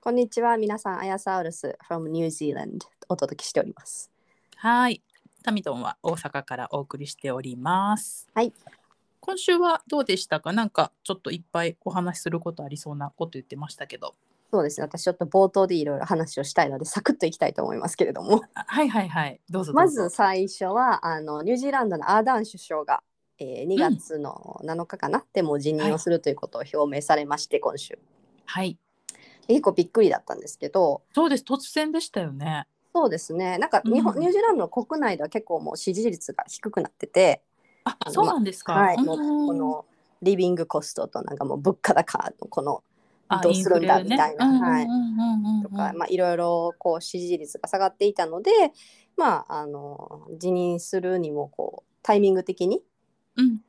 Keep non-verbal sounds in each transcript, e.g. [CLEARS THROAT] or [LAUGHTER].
こんにちは、皆さん、アヤサウルス from New Zealand お届けしております。はいタミドンは大阪からお送りしておりますはい今週はどうでしたかなんかちょっといっぱいお話しすることありそうなこと言ってましたけどそうですね、私ちょっと冒頭でいろいろ話をしたいので、サクッといきたいと思いますけれども、あはいはいはいどうぞどうぞまず最初はあのニュージーランドのアーダーン首相が、えー、2月の7日かな、でもう辞任をするということを表明されまして、今週。はい結構びっくりだったんですけど、そうです突然でしたよねそうですね、なんか日本、うんニュージーランドの国内では結構もう支持率が低くなってて、ああのそうなんですか、はい、うんもうこのリビングコストとなんかもう物価高のこのあどうするんだインフレねみたいなうんはいうんうんうんうんとか、まあ、いろいろこう支持率が下がっていたので、まあ、あの辞任するにもこうタイミング的にうん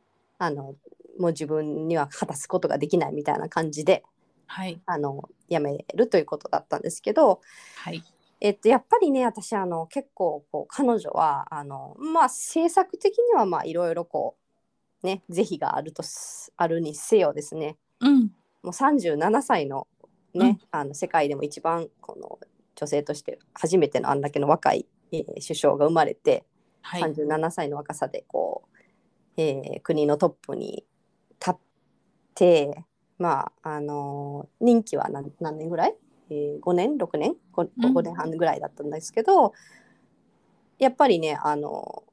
あのもう自分には果たすことができないみたいな感じではいあの辞めるということだったんですけど、はいえっと、やっぱりね私あの結構こう彼女はあの、まあ、政策的にはまあいろいろこう、ね、是非があるとすあるにせよですねうんもう37歳の,、ねあの世界でも一番この女性として初めてのあんだけの若い、えー首相が生まれて、はい37歳の若さでこう、えー国のトップに立って、まああのー任期は何何年ぐらい、えー、?5 年 ?6 年 5, うん年半ぐらいだったんですけど、やっぱりねあの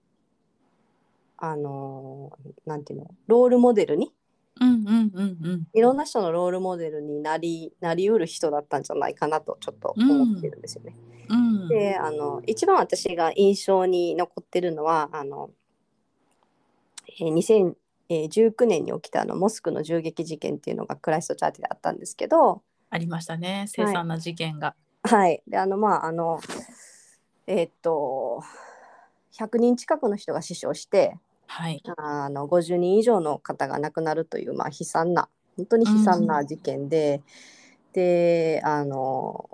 ーあのーなんていうのロールモデルにうんうんうんうんいろんな人のロールモデルになりなりうる人だったんじゃないかなとちょっと思ってるんですよね。うんであの一番私が印象に残ってるのはあのえー2019年に起きたあのモスクの銃撃事件っていうのがクライストチャーチであったんですけど、ありましたね凄惨な事件が、はい、であのまああのえーっと100人近くの人が死傷してはい、あの50人以上の方が亡くなるという、まあ、悲惨な本当に悲惨な事件で、であの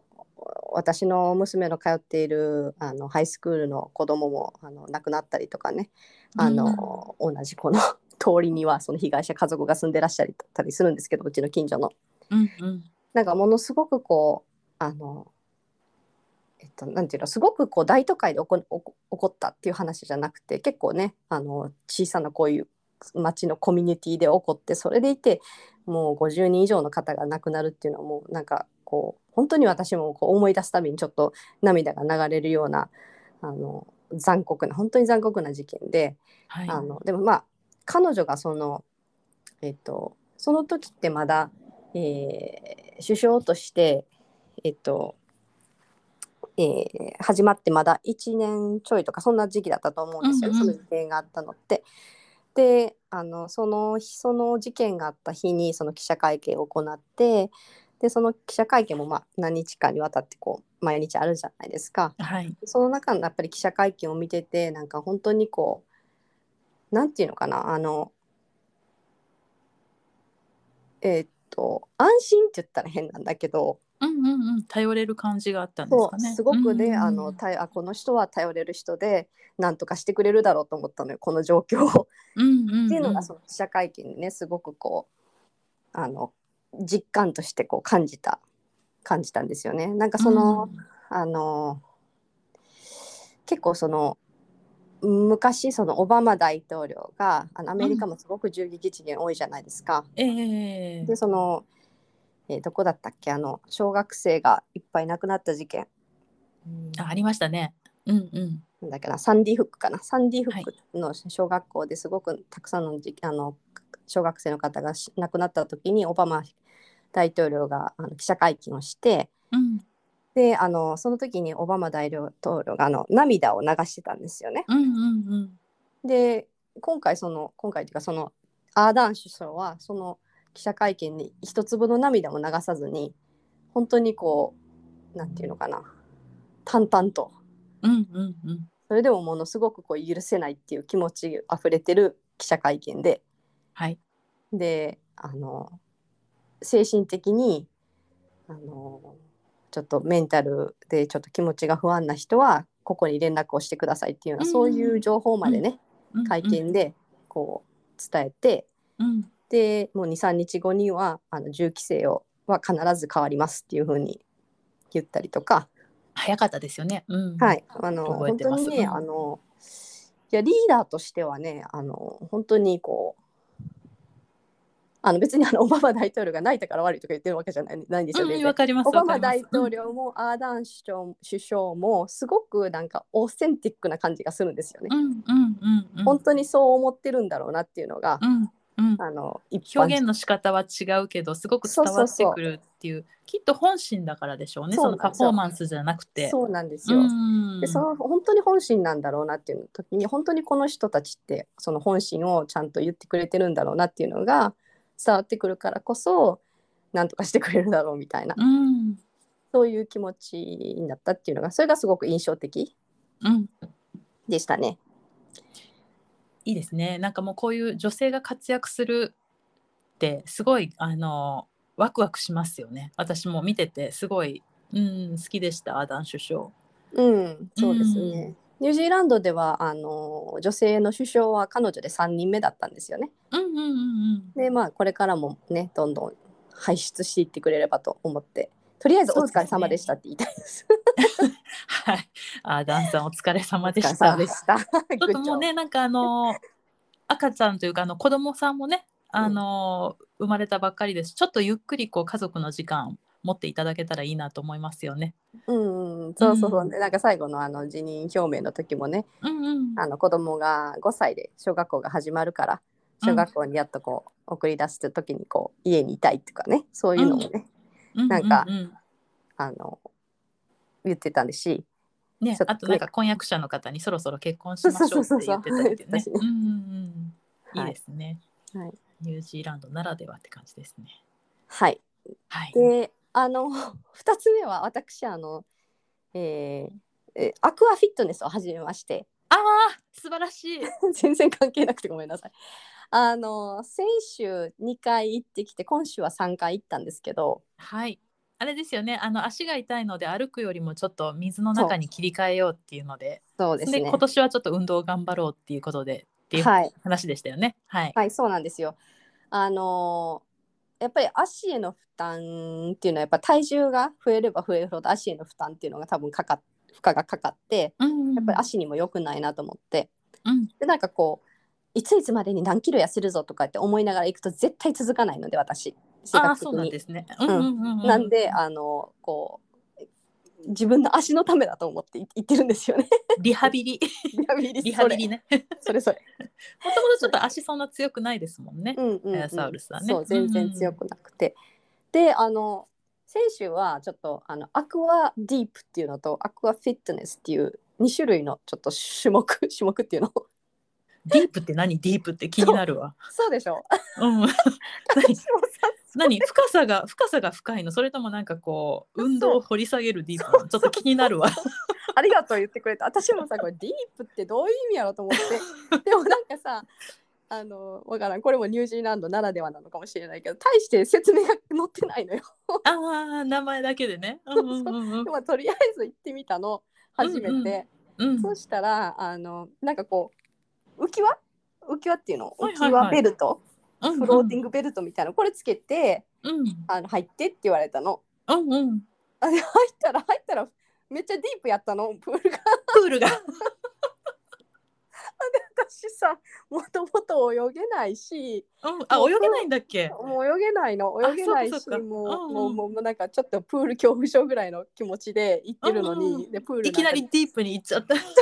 私の娘の通っているあのハイスクールの子供もあの亡くなったりとかねあの、同じこの通りにはその被害者家族が住んでらっしゃったりするんですけどうちの近所の。うんうんなんかものすごくこうあのえっと、なんていうのすごくこう大都会で起こ起こ起こったっていう話じゃなくて結構ねあの小さなこういう町のコミュニティで起こってそれでいてもう50人以上の方が亡くなるっていうのはもうなんかこう本当に私もこう思い出すたびにちょっと涙が流れるようなあの残酷な本当に残酷な事件で、はいあのでもまあ彼女がそのえっとその時ってまだ、えー首相としてえっと、えー始まってまだ1年ちょいとかそんな時期だったと思うんですよ、うんうんその事件があったのって。であのその日その事件があった日にその記者会見を行ってでその記者会見もまあ何日かにわたってこう毎日あるじゃないですか。はいその中のやっぱり記者会見を見ててなんか本当にこうなんていうのかなあのえーっと安心って言ったら変なんだけどうんうんうん頼れる感じがあったんですそかうねすごくね、うんうんうんあのたいあこの人は頼れる人でなんとかしてくれるだろうと思ったのよこの状況を。うんうんうんっていうのがその記者会見でねすごくこうあの実感としてこう感じた感じたんですよね。なんかその、あの結構その昔そのオバマ大統領があのアメリカもすごく銃撃事件多いじゃないですか。うんええでその、えーどこだったっけあの小学生がいっぱい亡くなった事件あありましたねうんうんなんだっけなサンディフックかなサンディフはッいクの小学校ですごくたくさんのじあの小学生の方がし亡くなった時にオバマ大統領があの記者会見をしてうんであのその時にオバマ大統領があの涙を流してたんですよね。うんうんうんで今回その今回というかそのアーダーン首相はその記者会見に一粒の涙も流さずに本当にこうなんていうのかな淡々とうんうんうんそれでもものすごくこう許せないっていう気持ちあふれてる記者会見ではいであの精神的にあのちょっとメンタルでちょっと気持ちが不安な人はここに連絡をしてくださいっていうような、うんそういう情報までね、うんうん会見でこう伝えて、うんでもう23日後にはあの銃規制をは必ず変わりますっていうふうに言ったりとか、早かったですよねうんはい、あの覚え本て当ますにね、うんあのいやリーダーとしてはねあの本当にこうあの別にあのオバマ大統領が泣いたから悪いとか言ってるわけじゃないないんですようね。んわかりますオバわかマります大統領もアーダーン首相首相もすごくなんかオーセンティックな感じがするんですよね。うんうんうんうん本当にそう思ってるんだろうなっていうのが、うんうんあの一般表現の仕方は違うけどすごく伝わってくるっていうきっと本心だからでしょうねそそうなんのですパフよォーマンスじゃなくてそうなんですよ。うんでその本当に本心なんだろうなっていう時に本当にこの人たちってその本心をちゃんと言ってくれてるんだろうなっていうのが伝わってくるからこそなんとかしてくれるだろうみたいなうんそういう気持ちになったっていうのがそれがすごく印象的うんでしたね。いいですねなんかもうこういう女性が活躍するってすごいあのワクワクしますよね私も見ててすごい、うん、好きでしたアーダン首相うん、そうですね、ニュージーランドではあの女性の首相は彼女で3人目だったんですよね。うんうんうんうんでまあこれからもねどんどん輩出していってくれればと思ってとりあえず「お疲れ様でした」って言いたいです。はいアーダンさんお疲れ様でしお疲たれ様でした。ち [LAUGHS] ちょっともうねなんかあの赤ちゃんというかあの子供さんもねあの、生まれたばっかりですちょっとゆっくりこう家族の時間持っていただけたらいいなと思いますよね。うんうん、そうそうそう、うんでなんか最後のあの辞任表明の時もねうんうん、あの子供が5歳で小学校が始まるからうん小学校にやっとこう送り出す時にこう家にいたいとかねそういうのもね、ううなんかうんうんあの言ってたんですしねちょっとねあとなんか婚約者の方にそろそろ結婚しましょうって言ってたりってねそうそうそうそう。うんうんうんいいですね、はいはいニュージーランドならではって感じですね。はいはい。であの [LAUGHS] 2つ目は私あの、えーえアクアフィットネスを始めましてああ素晴らしい。全然関係なくてごめんなさいあの先週2回行ってきて今週は3回行ったんですけど、はい。あれですよね。あの足が痛いので歩くよりもちょっと水の中に切り替えようっていうので。そうでですね。今年はちょっと運動を頑張ろうっていうことでっていうはい、話でしたよね。はい。はい、そうなんですよ。あのーやっぱり足への負担っていうのはやっぱ体重が増えれば増えるほど足への負担っていうのが多分かかっ負荷がかかってうんやっぱり足にも良くないなと思ってうんでなんかこういついつまでに何キロ痩せるぞとかって思いながら行くと絶対続かないので私性ああ格的そうになんですね。うんうんうんうん。なんであのこう自分の足のためだと思ってい行ってるんですよね [LAUGHS] リハ [LAUGHS] ビリリハビリリそハビれリ [LAUGHS] ね。もとそれそれもとちょっと足そんな強くないですもんね。うんうんうエんアサウルスはねそう全然強くなくて、であの先週はちょっとあのアクアディープっていうのとアクアフィットネスっていう2種類のちょっと種目 [LAUGHS] 種目っていうのディープって何ディープって気になるわ。そうでしょうん。 [LAUGHS] 何私もさ何深さが深さが深いのそれともなんかこう運動を掘り下げるディープなのちょっと気になるわ。ありがとう言ってくれた私もさこれディープってどういう意味やろと思 [LAUGHS] ってでもなんかさあのわからんこれもニュージーランドならではなのかもしれないけど大して説明が載ってないのよ、ああ名前だけでね。うんうんうんでもとりあえず行ってみたの初めて、うんうんうん。そしたらあのなんかこう浮き輪浮き輪っていうのは浮いはきいはい輪ベルト、うんうんフローティングベルトみたいなこれつけてうんあの入ってって言われたのうんうん。あで入ったら入ったらめっちゃディープやったの [LAUGHS] プールがプールが。私さもともと泳げないしうん、あ泳げないんだっけ。もう泳げないのあ泳げないしそうかそうかうもんううんもうもうもうなんかちょっとプール恐怖症ぐらいの気持ちで行ってるのうんに、うでプールいきなりディープに行っちゃった。いきなり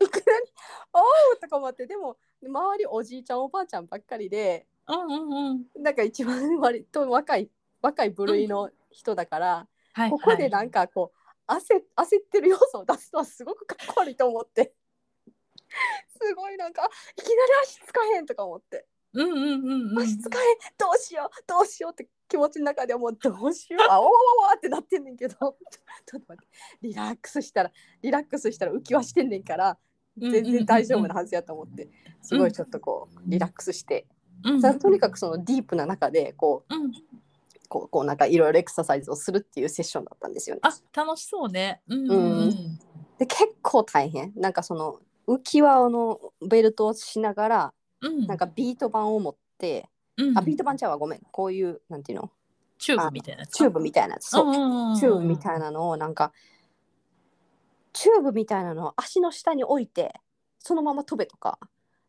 [LAUGHS] 「おお!」とか思ってでも周りおじいちゃんおばあちゃんばっかりでうんうんうん。なんか一番割と若い若い部類の人だから、はい、ここではいなんかこう、焦焦ってる要素を出すのはすごくかっこ悪いと思ってすごいなんかいきなり足つかへんとか思ってうんうんうんうん。足つかへんどうしようどうしようって気持ちの中ではもうどうしようあおわわわってなってんねんけどちょっと待ってリラックスしたらリラックスしたら浮きはしてんねんから全然大丈夫なはずやと思ってすごいちょっとこうリラックスして、うんさとにかくそのディープな中でこうんうこうこうなんかいろいろエクササイズをするっていうセッションだったんですよね。あ楽しそうねうんうで結構大変なんかその浮き輪のベルトをしながらうんなんかビート板を持って、うんあビート板ちゃうわごめんこういうなんていうのチューブみたいなやつチューブみたいなやつそう、うんチューブみたいなのをなんかチューブみたいなのを足の下に置いてそのまま飛べとか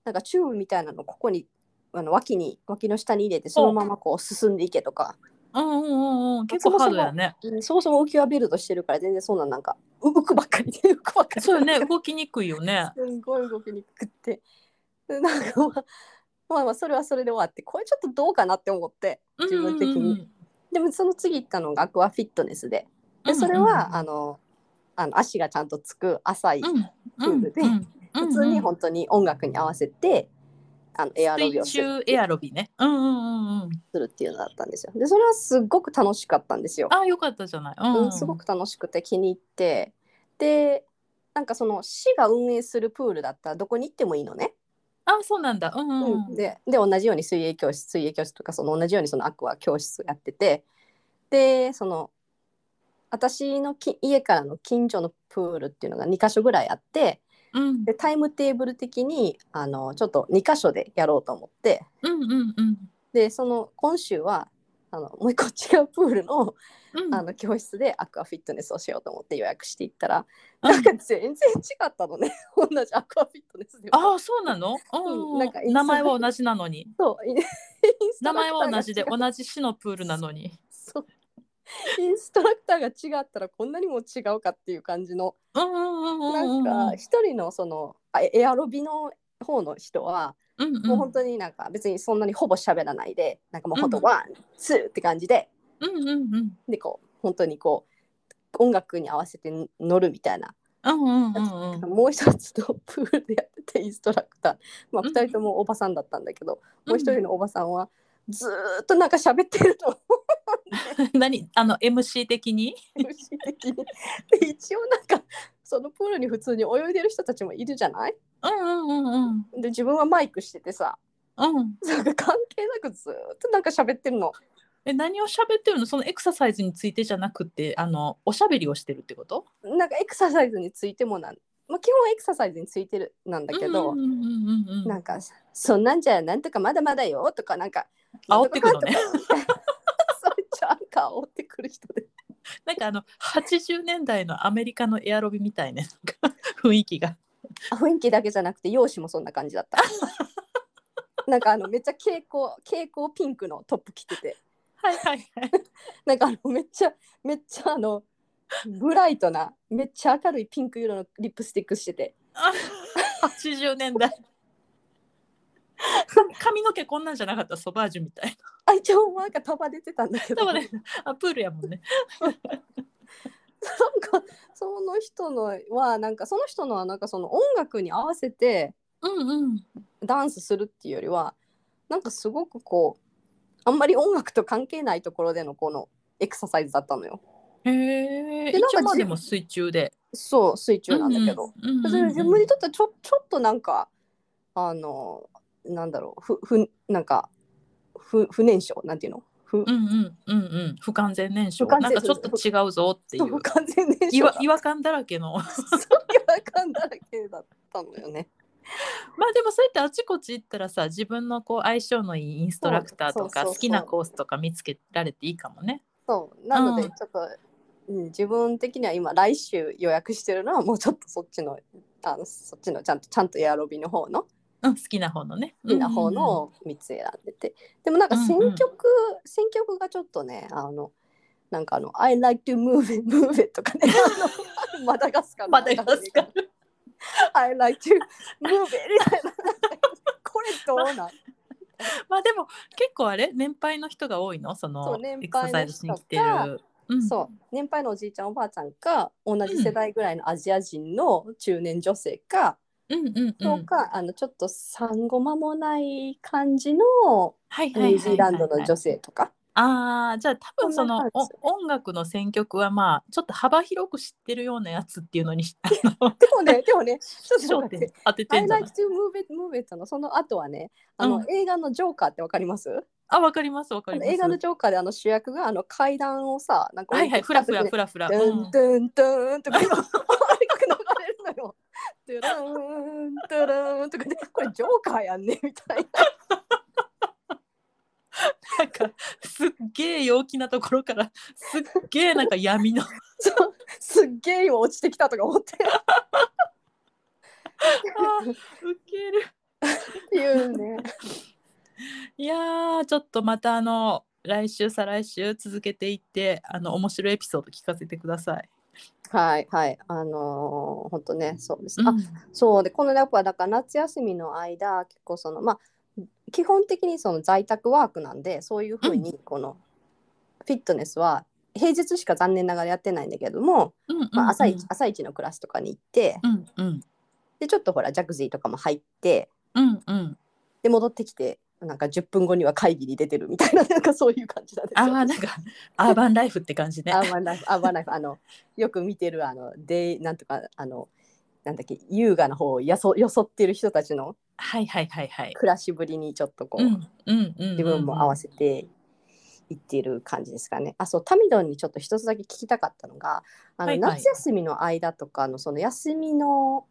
なんかチューブみたいなのをここにあの脇に脇の下に入れてそのままこう進んでいけとか、うんうんうんうん結構ハードやねうんそもそも浮き輪ビルドしてるから全然そんななんか浮くばっかりで浮くばっかりそうよね [LAUGHS] 動きにくいよねすんごい動きにくくってでなんかまあまあまあそれはそれで終わってこれちょっとどうかなって思って自分的にうんうんうんでもその次行ったのがアクアフィットネスででそれは、あのあの足がちゃんとつく浅い、うんうんうんチューブでうんうん普通に本当に音楽に合わせてあのエアロビを水する中エアロビねうんうんうんうんするっていうのだったんですよでそれはすごく楽しかったんですよ、あよかったじゃないうんうんすごく楽しくて気に入ってでなんかその市が運営するプールだったらどこに行ってもいいのね、あそうなんだうんうんうんでで同じように水泳教室水泳教室とかその同じようにそのアクア教室やっててでその私のき家からの近所のプールっていうのが2か所ぐらいあってうんでタイムテーブル的にあのちょっと2か所でやろうと思ってうんうんうんでその今週はあのもう一個違うプールのうんあの教室でアクアフィットネスをしようと思って予約していったらうんなんか全然違ったのね [LAUGHS] 同じアクアフィットネスでもあそうなのうんなんかうん名前は同じなのにそうインイン [LAUGHS] スト名前ラクターはが同じで違う同じ市のプールなのにそうインストラクターが違ったらこんなにも違うかっていう感じのうんうんうんうなんうんんか一人のそのあエアロビの方の人はうんうんもう本当になんか別にそんなにほぼ喋らないでなんかもう本う当んワンツーって感じでうんうんうんでこう本当にこう音楽に合わせて乗るみたいなうんうんうんうんもう一つのプールでやっててインストラクター、まあ、うん2人ともおばさんだったんだけど、もう一人のおばさんはずーっとなんか喋ってるの。何あの MC 的に無 [LAUGHS] 視的にで一応なんかそのプールに普通に泳いでる人たちもいるじゃないうんうんうんで自分はマイクしててさうんうんなんか関係なくずーっとなんか喋ってるのえ何を喋ってるのそのエクササイズについてじゃなくてあのおしゃべりをしてるってことなんかエクササイズについてもなん、まあ、基本エクササイズについてるなんだけど、うんうんうんうんうんなんかそんなんじゃなんとかまだまだよとかなんか煽ってくるのねなんと [LAUGHS] かなんとかそういうちゃんか煽ってくる人でなんかあの80年代のアメリカのエアロビみたいね [LAUGHS] なんか雰囲気が。あ雰囲気だけじゃなくて容姿もそんな感じだ [LAUGHS] ったなんかあのめっちゃ蛍光蛍光ピンクのトップ着ててはいはいはい。なんかあのめっちゃめっちゃあのブライトなめっちゃ明るいピンク色のリップスティックしててあ80年代。髪の毛こんなんじゃなかったソバージュみたいあ一応なんか束出てたんだけどな。でもね、あプールやもんね。なんかその人のはなんかその人のはなんかその音楽に合わせてうんうん。ダンスするっていうよりはなんかすごくこうあんまり音楽と関係ないところでのこのエクササイズだったのよ。へえ。でなん一か応まあでも水中で。そう水中なんだけど、うんうん。それ自分にとってはちょちょっとなんかあのなんだろうふふなんかふ不燃焼なんていうの不うんうんうんうん。不完全燃焼。不完な全んかちょっと違うぞっていう不。完全燃違焼 [LAUGHS] 和だ違和感だらけ [LAUGHS] の。まあそう違和感だらけだったのよね。でもそうやってあちこち行ったらさ、自分のこう相性のいいインストラクターとかそうそうそうそう好きなコースとか見つけられていいかもね。そうなのでうんちょっと、うん、自分的には今来週予約してるのはもうちょっとそっちのあのそっちのちゃんとちゃんとエアロビの方の好うん、好きな方のね。きな方のを3つ選んでて、でもなんか選う曲、んうん選曲がちょっとねあのなんかあの「I like to move it move it」とか [LAUGHS] ねあのマダガスカルまだよろしく。 「I like to move it」みたいなこれどうなんまあでも結構あれ年配の人が多いのそのそう年エクサ配サのイ人ズしに来てる。うん、そう年配のおじいちゃんおばあちゃんか同じ世代ぐらいのアジア人の中年女性か、うんうんうとん。か、あのちょっと産後間もない感じのはいはいはいはいはい。ニュージーランドの女性とか、ああ、じゃあ多分そのそんな感じお音楽の選曲はまあちょっと幅広く知ってるようなやつっていうのにあ [LAUGHS] のでもねでもねちょっと焦待っ点て当て「て I んじゃな like い to move it move it」のその後はねあの、うん映画の「ジョーカー」ってわかりますあ、わかりますわかありのます。映画の「ジョーカー」であの主役があの階段をさなんかはいはい、ふらふらふふらふら。ドゥンうんドゥンドゥンとか [LAUGHS] 今あれが流れるのよ。ドゥラーンドゥラーンとかでこれジョーカーやんねみたいな。なんかすっげえ陽気なところからすっげえなんか闇の [LAUGHS] そうすっげえ今落ちてきたとか思って。あー [LAUGHS] ウケる。っていうね。いやーちょっとまたあの来週再来週続けていってあの面白いエピソード聞かせてください。はいはい。あのー、ほんとね、そうです。うあんそうで、このやっぱだから夏休みの間、結構その、まあ、基本的にその在宅ワークなんで、そういうふうに、この、フィットネスは、平日しか残念ながらやってないんだけども、うんうんうんまあ、朝一、朝一のクラスとかに行って、うんうんで、ちょっとほら、ジャグジーとかも入って、うんうん。で、戻ってきて、なんか10分後には会議に出てるみたいな、なん [LAUGHS] かそういう感じなんですあよ。ーなんかアーバンライフって感じねア。ーバンライフ、アーバンライフ、あの、よく見てる、あの、で、なんとか、あの。なんだっけ、優雅な方をやそ、よそってる人たちのはいはいはいはい。暮らしぶりに、ちょっとこう、うんうんうん。自分も合わせ。せて。いってる感じですかね。あ、そう、タミドンにちょっと一つだけ聞きたかったのが、あの、はいはい夏休みの間とかの、その休みの。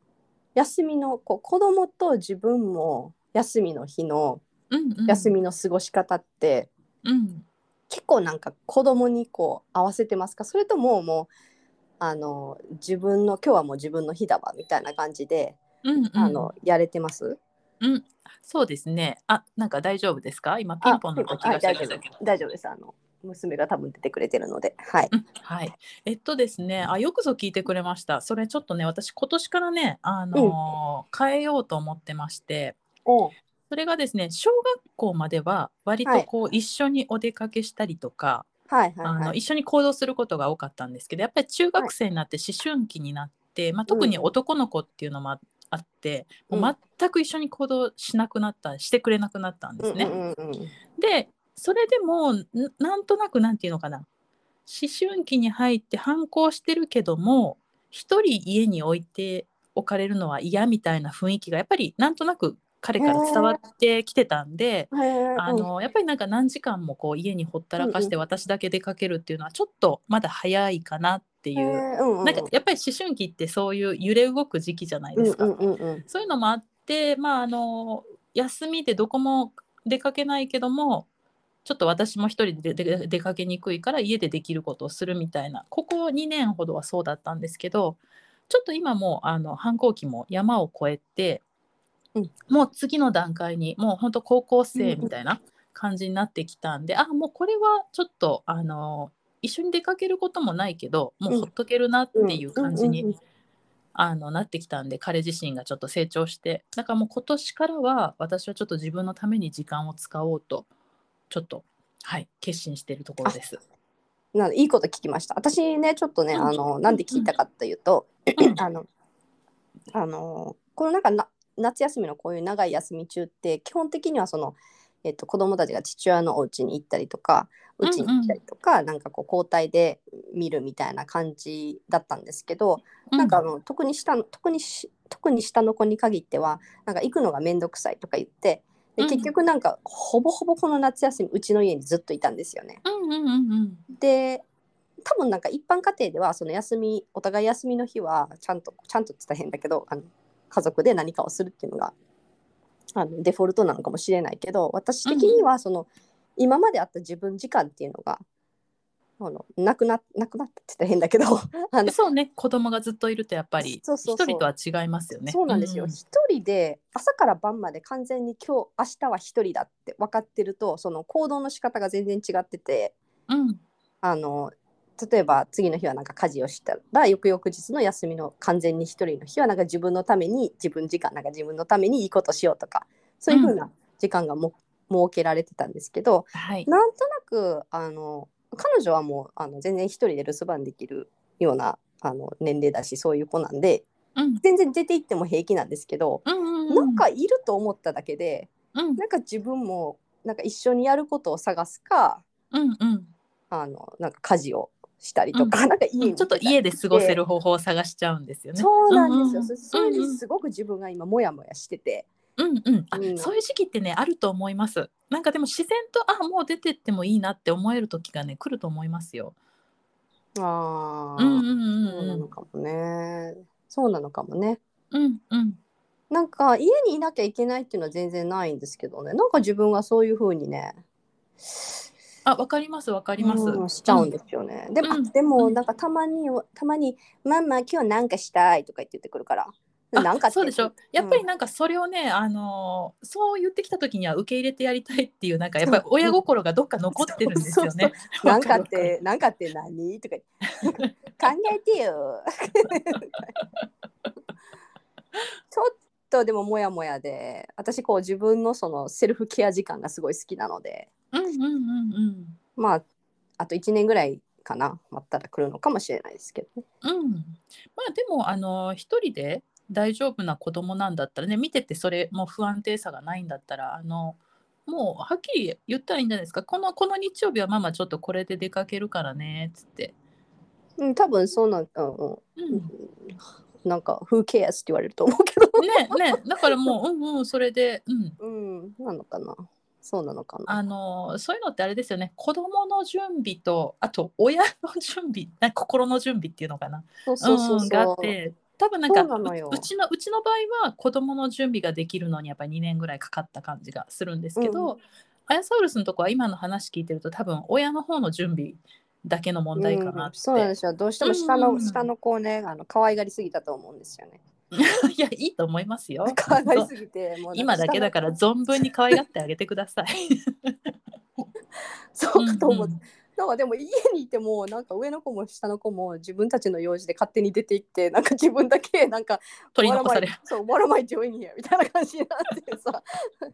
休みの、こう、子供と自分も、休みの日の、うんうん。休。みの過ごし方って。うん。結構なんか子供にこう合わせてますかそれとももうあの自分の今日はもう自分の日だわみたいな感じで、うんうん。あのやれてますうん。そうですね。あなんか大丈夫ですか今ピンポンの時がしあて大る丈んだ夫けど。大丈夫ですあの娘が多分出てくれてるのではい、うんはい、えっとですねあよくぞ聞いてくれましたそれちょっとね私今年からね、あのー変えようと思ってましておそれがですね小学校までは割とこう、一緒にお出かけしたりとか、はいあはいはのい一緒に行動することが多かったんですけどやっぱり中学生になって思春期になって、まあ、特にうん男の子っていうのもああって、もううん全く一緒に行動しなくなったしてくれなくなったんですね。うんうんうんうんでそれでもんなんとなくなんていうのかな思春期に入って反抗してるけども一人家に置いておかれるのは嫌みたいな雰囲気がやっぱりなんとなく彼から伝わってきてたんで、へーあのやっぱりなんか何時間もこう家にほったらかしうんて私だけ出かけるっていうのはちょっとまだ早いかなってうんいへう、ーうんうんなんかやっぱり思春期ってそういう揺れ動く時期じゃないですか。うんうんうんうんそういうのもあって、まあ、あの休みでどこも出かけないけどもちょっと私も一人ででで出かけにくいから家でできることをするみたいなここ2年ほどはそうだったんですけどちょっと今もうあの反抗期も山を越えて、うんもう次の段階にもう本当高校生みたいな感じになってきたんで、あもうこれはちょっとあの一緒に出かけることもないけどもうほっとけるなっていう感じにうんうんうんあのなってきたんで彼自身がちょっと成長してだからもう今年からは私はちょっと自分のために時間を使おうとちょっとはい決心しているところです。なんかいいこと聞きました私ねちょっとね、うんあのなんで聞いたかというと、うんあの、あのこのなんかな夏休みのこういう長い休み中って基本的にはその、えっと、子供たちが父親のお家に行ったりとかうんううんちに行ったりとか、なんかこう交代で見るみたいな感じだったんですけど、なんかあの特に下の特にし特に下の子に限ってはなんか行くのが面倒くさいとか言ってでうん結局なんかほぼほぼこの夏休みうちの家にずっといたんですよね。うんうんうんうんで多分なんか一般家庭ではその休みお互い休みの日はちゃんとちゃんとって言ったら変だけどあの家族で何かをするっていうのがあのデフォルトなのかもしれないけど私的にはその、今まであった自分時間っていうのがあのなくななくなったって言ったら変だけどあのそうね子供がずっといるとやっぱりそう一そう人そうとは違いますよね。そうなんですよ、う一人で朝から晩まで完全に今日明日は一人だって分かってるとその行動の仕方が全然違ってて。うんあの例えば次の日はなんか家事をしたら翌々日の休みの完全に一人の日はなんか自分のために自分時間なんか自分のためにいいことしようとかそういうふうな時間がも、設けられてたんですけどはいなんとなくあの彼女はもうあの全然一人で留守番できるようなあの年齢だしそういう子なんでうん全然出て行っても平気なんですけど、うんうんうんなんかいると思っただけでうんなんか自分もなんか一緒にやることを探すかうんうんあのなんか家事をしたりとか、なんか家うんにちょっと家で過ごせる方法を探しちゃうんですよね。そうなんですよ、うんうんそそれうでんうんすごく自分が今モヤモヤしてて、うんうん、あ、うんそういう時期ってねあると思います。なんかでも自然とあもう出てってもいいなって思える時がね来ると思いますよ。ああ、うんうんそうなうのんかもねそうなのかもねうんうんなんか家にいなきゃいけないっていうのは全然ないんですけどねなんか自分がそういう風にねあわかりますわかります。うんしちゃうんですよね、でも、あうんでもうんなんかたまにたまに「ママ今日なんかしたい」とか言ってくるから「あなんか」ってそうでしょやっぱりなんかそれをね、あのーそう言ってきた時には受け入れてやりたいっていうなんかやっぱり親心がどっか残ってるんですよね。 「なんかってなんかって何?」とか言って「考えて [LAUGHS] よ」ちょっとでもモヤモヤで私こう自分のそのセルフケア時間がすごい好きなのでうんうんうんうんまああと1年ぐらいかな待ったら来るのかもしれないですけどね。うん、まあでもあの一人で大丈夫な子供なんだったらね見ててそれも不安定さがないんだったらあのもうはっきり言ったらいいんじゃないですかこのこの日曜日はママちょっとこれで出かけるからねっつって、うん、多分そうなん、うんうん、うん、ねなんか「Who cares?」って言われると思うけど、ねだからもううんうんそれで、うん、うん、なのかなそうなのかなあのそういうのってあれですよね子供の準備とあと親の準備な心の準備っていうのかなそうそうそううん、があそっう、て多分なんかそうなのよううちのうちの場合は子供の準備ができるのにやっぱり2年ぐらいかかった感じがするんですけど、アヤサウルスのとこは今の話聞いてると多分親の方の準備だけの問題かなうっん、て、そうなんですよどうしても下の、うん下の子をねあの可愛がりすぎたと思うんですよね [LAUGHS] いやいいと思います [LAUGHS] よ可愛がりすぎてもう今だけだから下の存分に可愛がってあげてくだ [LAUGHS] さい子そうかと思って、なんかでも家にいてもなんか上の子も下の子も自分たちの用事で勝手に出ていってなんか自分だけなんか取り残される What am I- そう「What am I doing here?」みたいな感じになってさっ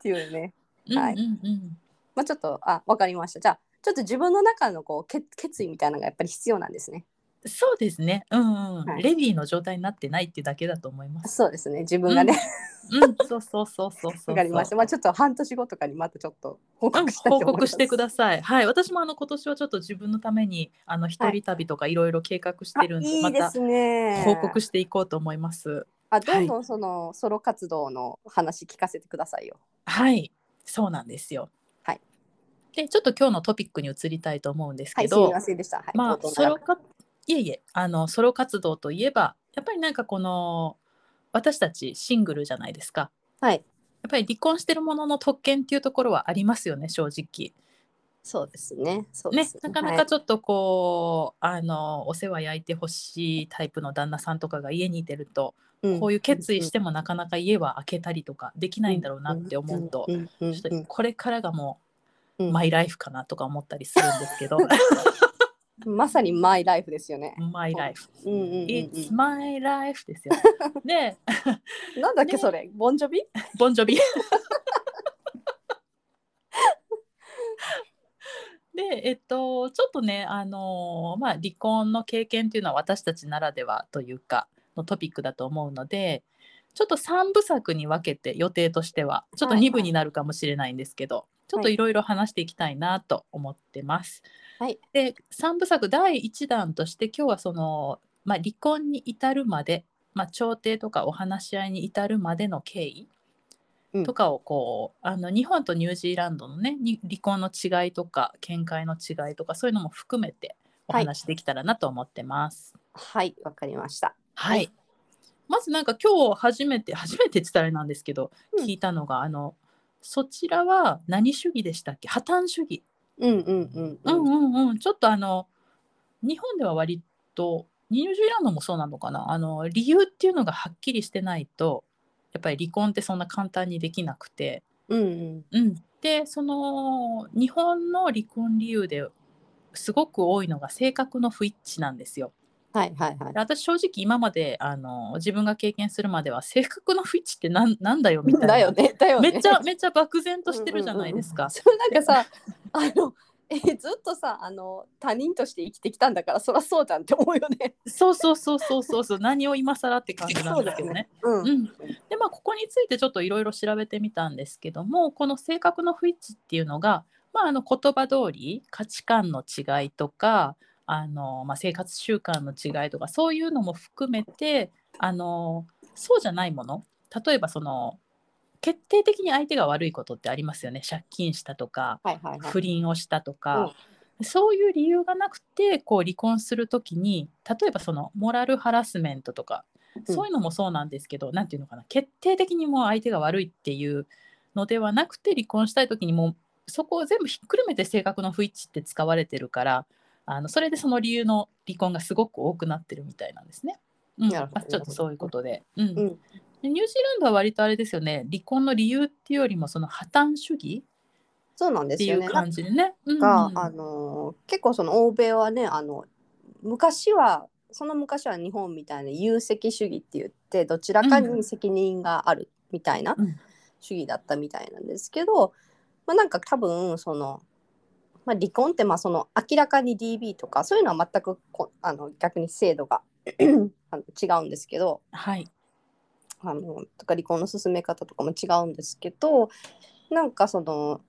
ていうねうんうんはいうんまあちょっとあわかりましたじゃあちょっと自分の中のこう決決意みたいなのがやっぱり必要なんですねそうですね、うんうんはいレディーの状態になってないっていうだけだと思います。そうですね自分がねうん、そうそうそうそうそうそう。わかりましたまあちょっと半年後とかにまたちょっと報うん告したいと報思います告してください。はい、私もあの今年はちょっと自分のためにあの一人旅とかいろいろ計画してるんで、あいいまでたすね報告していこうと思います。あどんどんそのソロ活動の話聞かせてくださいよはい、そうなんですよ。はい。で、ちょっと今日のトピックに移りたいと思うんですはけいすど、みませんでしたはいま冒あ頭ソ長ロくかいえいえあのソロ活動といえばやっぱりなんかこの私たちシングルじゃないですか。はいやっぱり離婚してるものの特権っていうところはありますよね正直。そうですねそうでねす、なかなはかいちょっとこう、あのお世話焼いてほしいタイプの旦那さんとかが家にいてると、こういう決意してもなかなか家は開けたりとかできないんだろうなって思うと、うんうんうんちょっうとんこれからがもうう、んマイライフかなとか思ったりするんですけ [LAUGHS] ど、まさにマイライフですよねマイライフ。うんうんうんうん It's my life ですよ。 [LAUGHS] で、なんだっけねそれボンジョビボンジョビ。で、えっと、ちょっとね、あのまあ、離婚の経験というのは私たちならではというか、のトピックだと思うので、ちょっと3部作に分けて予定としては、ちょっとはい2部になるかもしれないんですけど、ちょっといろいろ話していきたいなと思ってます。はいで、3部作第1弾として、今日はその、まあ、離婚に至るまで、まあ、調停とかお話し合いに至るまでの経緯、とかをこうあの日本とニュージーランドのねに離婚の違いとか見解の違いとかそういうのも含めておはい話しできたらなと思ってます。はいわかりましたはい、はいまずなんか今日初めて初めてって言ったらあれなんですけど、うん聞いたのがあのそちらは何主義でしたっけ破綻主義。うんうんうんうんうんうんちょっとあの日本では割とニュージーランドもそうなのかなあの理由っていうのがはっきりしてないとやっぱり離婚ってそんな簡単にできなくて。うんうんうん、でその日本の離婚理由ですごく多いのが性格の不一致なんですよ。はいはいはいで私正直今まであの自分が経験するまでは性格の不一致ってなんなんだよみたいな。だよねだよめねっ [LAUGHS] ちゃめっちゃ漠然としてるじゃないですか。それなんかさあのえずっとさあの他人として生きてきたんだからそらそうじゃんって思うよね。そうそうそうそうそうそう何を今更って感じなんですけどね。ううん、でまあここについてちょっといろいろ調べてみたんですけどもこの性格の不一致っていうのが、まあ、あの言葉通り価値観の違いとかあの、まあ、生活習慣の違いとかそういうのも含めてあのそうじゃないもの例えばその決定的に相手が悪いことってありますよね借金したとか、はいはいはい。不倫をしたとか、そういう理由がなくてこう離婚するときに例えばそのモラルハラスメントとか、うんそういうのもそうなんですけどなんていうのかな決定的にもう相手が悪いっていうのではなくて離婚したいときにもうそこを全部ひっくるめて性格の不一致って使われてるからあのそれでその理由の離婚がすごく多くなってるみたいなんですね。うん、なるほどまあちょっとそういうことで、うんうんでニュージーランドは割とあれですよね離婚の理由っていうよりもその破綻主義そうなんっですていよね。う感じでね。が、うんうんあのー結構その欧米はねあの昔はその昔は日本みたいな有責主義って言ってどちらかうにん責任があるみたいなうん主義だったみたいなんですけど、まあ、なんか多分その、まあ、離婚ってまあその明らかに DB とかそういうのは全くこあの逆に制度が [CLEARS THROAT] あの違うんですけどはい。あのとか離婚の進め方とかも違うんですけどなんかその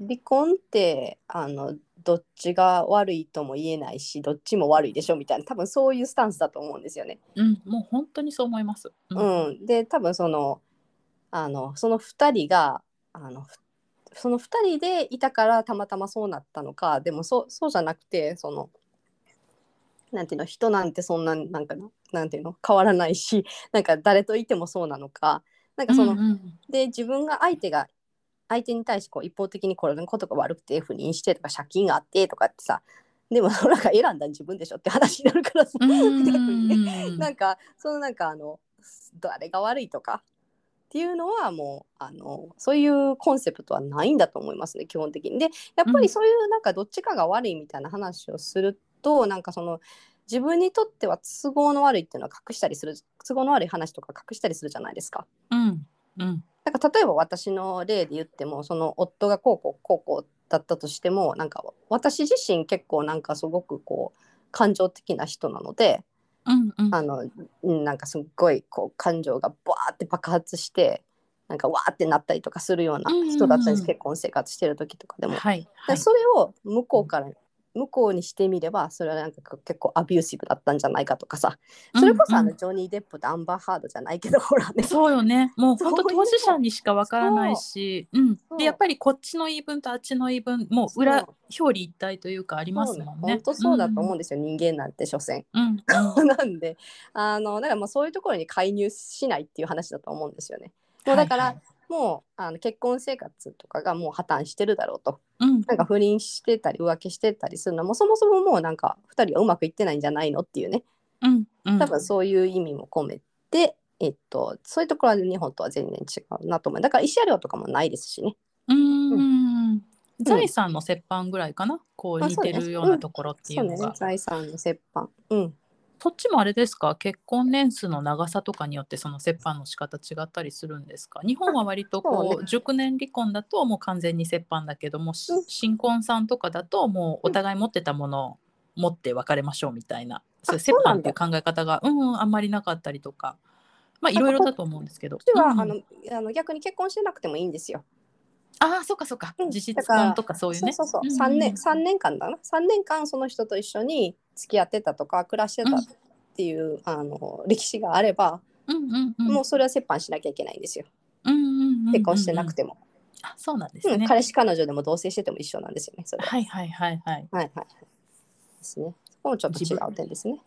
離婚ってあのどっちが悪いとも言えないしどっちも悪いでしょみたいな多分そういうスタンスだと思うんですよね。うん、もう本当にそう思います。うんうん、で多分そのあのその2人があのふその2人でいたからたまたまそうなったのかでもそうそうじゃなくてそのなんていうの人なんてそんななんかななんていうの変わらないし [LAUGHS] なんか誰といてもそうなのかなんかその、うんうんで自分が相手が相手に対してこう一方的にこれのことが悪くて不倫してとか借金があってとかってさでもなんか選んだ自分でしょって話に [LAUGHS] なるからさ、うん逆 [LAUGHS] にねうんなんかそのなんかあの誰が悪いとかっていうのはもうあのそういうコンセプトはないんだと思いますね基本的に。でやっぱうんりそういうなんかどっちかが悪いみたいな話をすると、なんかその自分にとっては都合の悪いっていうのは隠したりする都合の悪い話とか隠したりするじゃないですか。うんうんなんか例えば私の例で言ってもその夫がこうこうこうこうだったとしてもなんか私自身結構なんかすごくこう感情的な人なので。うんうんあのうんなんかすっごいこう感情がバーって爆発してなんかわーってなったりとかするような人だったんです、うんうんうん結婚生活してる時とかでも、はいはでい。それを向こうから、向こうにしてみればそれはなんかこう結構アビューシブだったんじゃないかとかさそれこそあうんの、うんジョニー・デップとアンバー・ハードじゃないけど、ほらねそうよね。もうそうい本う当当事者にしかわからないし、うんそ。うでやっぱりこっちの言い分とあっちの言い分、もう裏そう表裏一体というかありますもんね。本当そうだと思うんですよ、人間なんて所詮うん。うんなんであのだからもうそういうところに介入しないっていう話だと思うんですよねもうだから、はいはいもうあの結婚生活とかがもう破綻してるだろうとうんなんか不倫してたり浮気してたりするのもそもそももうなんか2人はうまくいってないんじゃないのっていうねうんうん。多分そういう意味も込めて、えっと、そういうところは日本とは全然違うなと思うだから慰謝料とかもないですしねうーん。財産の折半ぐらいかな。こうあ似そうてねるようなところっていそううねのが。財産の折半うんそっちもあれですか結婚年数の長さとかによってその折半の仕方違ったりするんですか日本は割とこそうう熟年離婚だともう完全に折半だけどもしうん新婚さんとかだともうお互い持ってたものを持って別れましょうみたいなそういうそう折な半んっていだう考え方がうんうんあんまりなかったりとかまあいろいろだと思うんですけどこっちは、うんあのあの逆に結婚してなくてもいいんですよあーそっかそっかうん事実だから婚とかそういうねそうそうそう、んん三年三年間だな三年間その人と一緒に付き合ってたとか暮らしてたっていう、あの歴史があれば、うんうんうんもうそれは折半しなきゃいけないんですようんうんうんうん結婚してなくても、あそうなんでうんすね彼氏彼女でも同棲してても一緒なんですよ [LAUGHS] ねそれははいはいはいはいはいはいはいですねそこもちょっと違う点ですね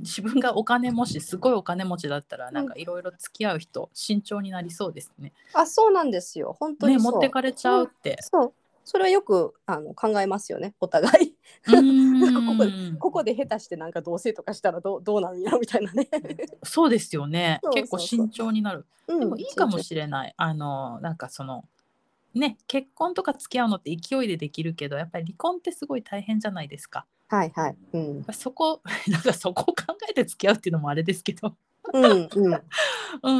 自分がお金もしすごいお金持ちだったらなんかいろいろ付き合う人慎重になりそうですね。あそうなんですよ本当ねにそう、持ってかれちゃうって。そうそれはよくあの考えますよねお互い [LAUGHS] うーんここで下手してなんか同棲とかしたらどうどうなるんやみたいなね、そうですよねそうそうそう結構慎重になる。うん、でもいいかもしれない。あのなんかそのね結婚とか付き合うのって勢いでできるけどやっぱり離婚ってすごい大変じゃないですか。はいはいうんやっぱそこ [LAUGHS] なんかそこを考えて付き合うっていうのもあれですけど、うんうん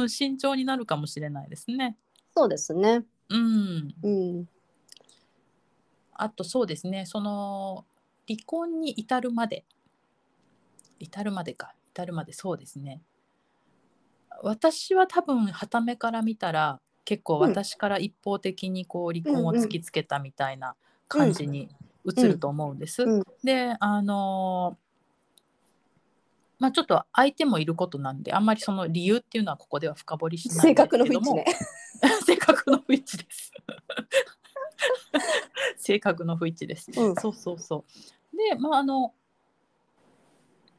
うん、慎重になるかもしれないですね。そうですね。うんうん。あとそうですねその離婚に至るまで至るまでか至るまでそうですね私は多分はためから見たら結構うん私から一方的にこう離婚を突きつけたみたいな感じに映ると思うんです。うんであのまあちょっと相手もいることなんであんまりその理由っていうのはここでは深掘りしないん性格のです不けど一致もね。 [LAUGHS] 性格の不一致です。 [LAUGHS] 性格の不一致です。うんそうそうそう。で、まああの、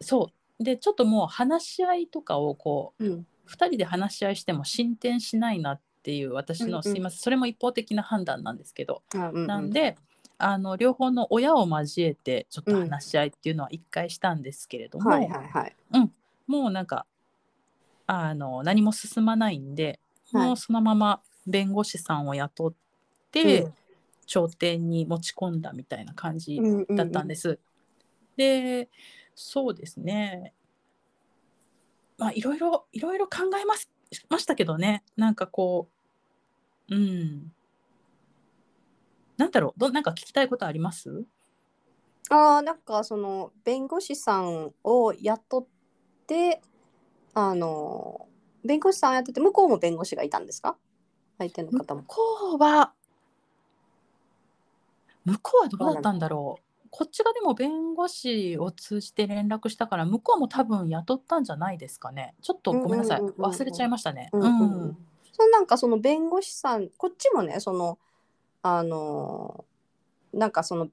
そう。で、ちょっともう話し合いとかをこうんう、2人で話し合いしても進展しないなっていう私うんうの、んすいません、それも一方的な判断なんですけど、あうんうんなんで、あの両方の親を交えてちょっと話し合いっていうのは一回したんですけれども、はいはいはい。もうなんかあの何も進まないんで、はいもうそのまま弁護士さんを雇って、うん調停に持ち込んだみたいな感じうう。だったんですす。でそうですねまあいろいろいろいろ考えますましたけどねなんかこううんなんだろうどなんか聞きたいことありますああなんかその弁護士さんを雇ってあの弁護士さんを雇って向こうも弁護士がいたんですか相手の向方も。こうは向こうはどうだったんだろうこっちがでも弁護士を通じて連絡したから向こうも多分雇ったんじゃないですかねちょっとごめんなさいうんうんうんうん忘れちゃいましたねううんん、うんうんそのなんかその弁護士さんこっちもねそのあのなんかその